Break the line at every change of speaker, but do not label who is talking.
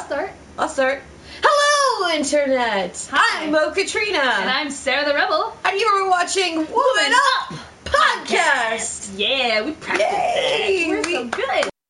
start.
I'll start. Hello, Internet!
Hi.
I'm Mo Katrina.
And I'm Sarah the Rebel.
And you are watching Woman Up Podcast!
Yeah, we practiced.
Yay!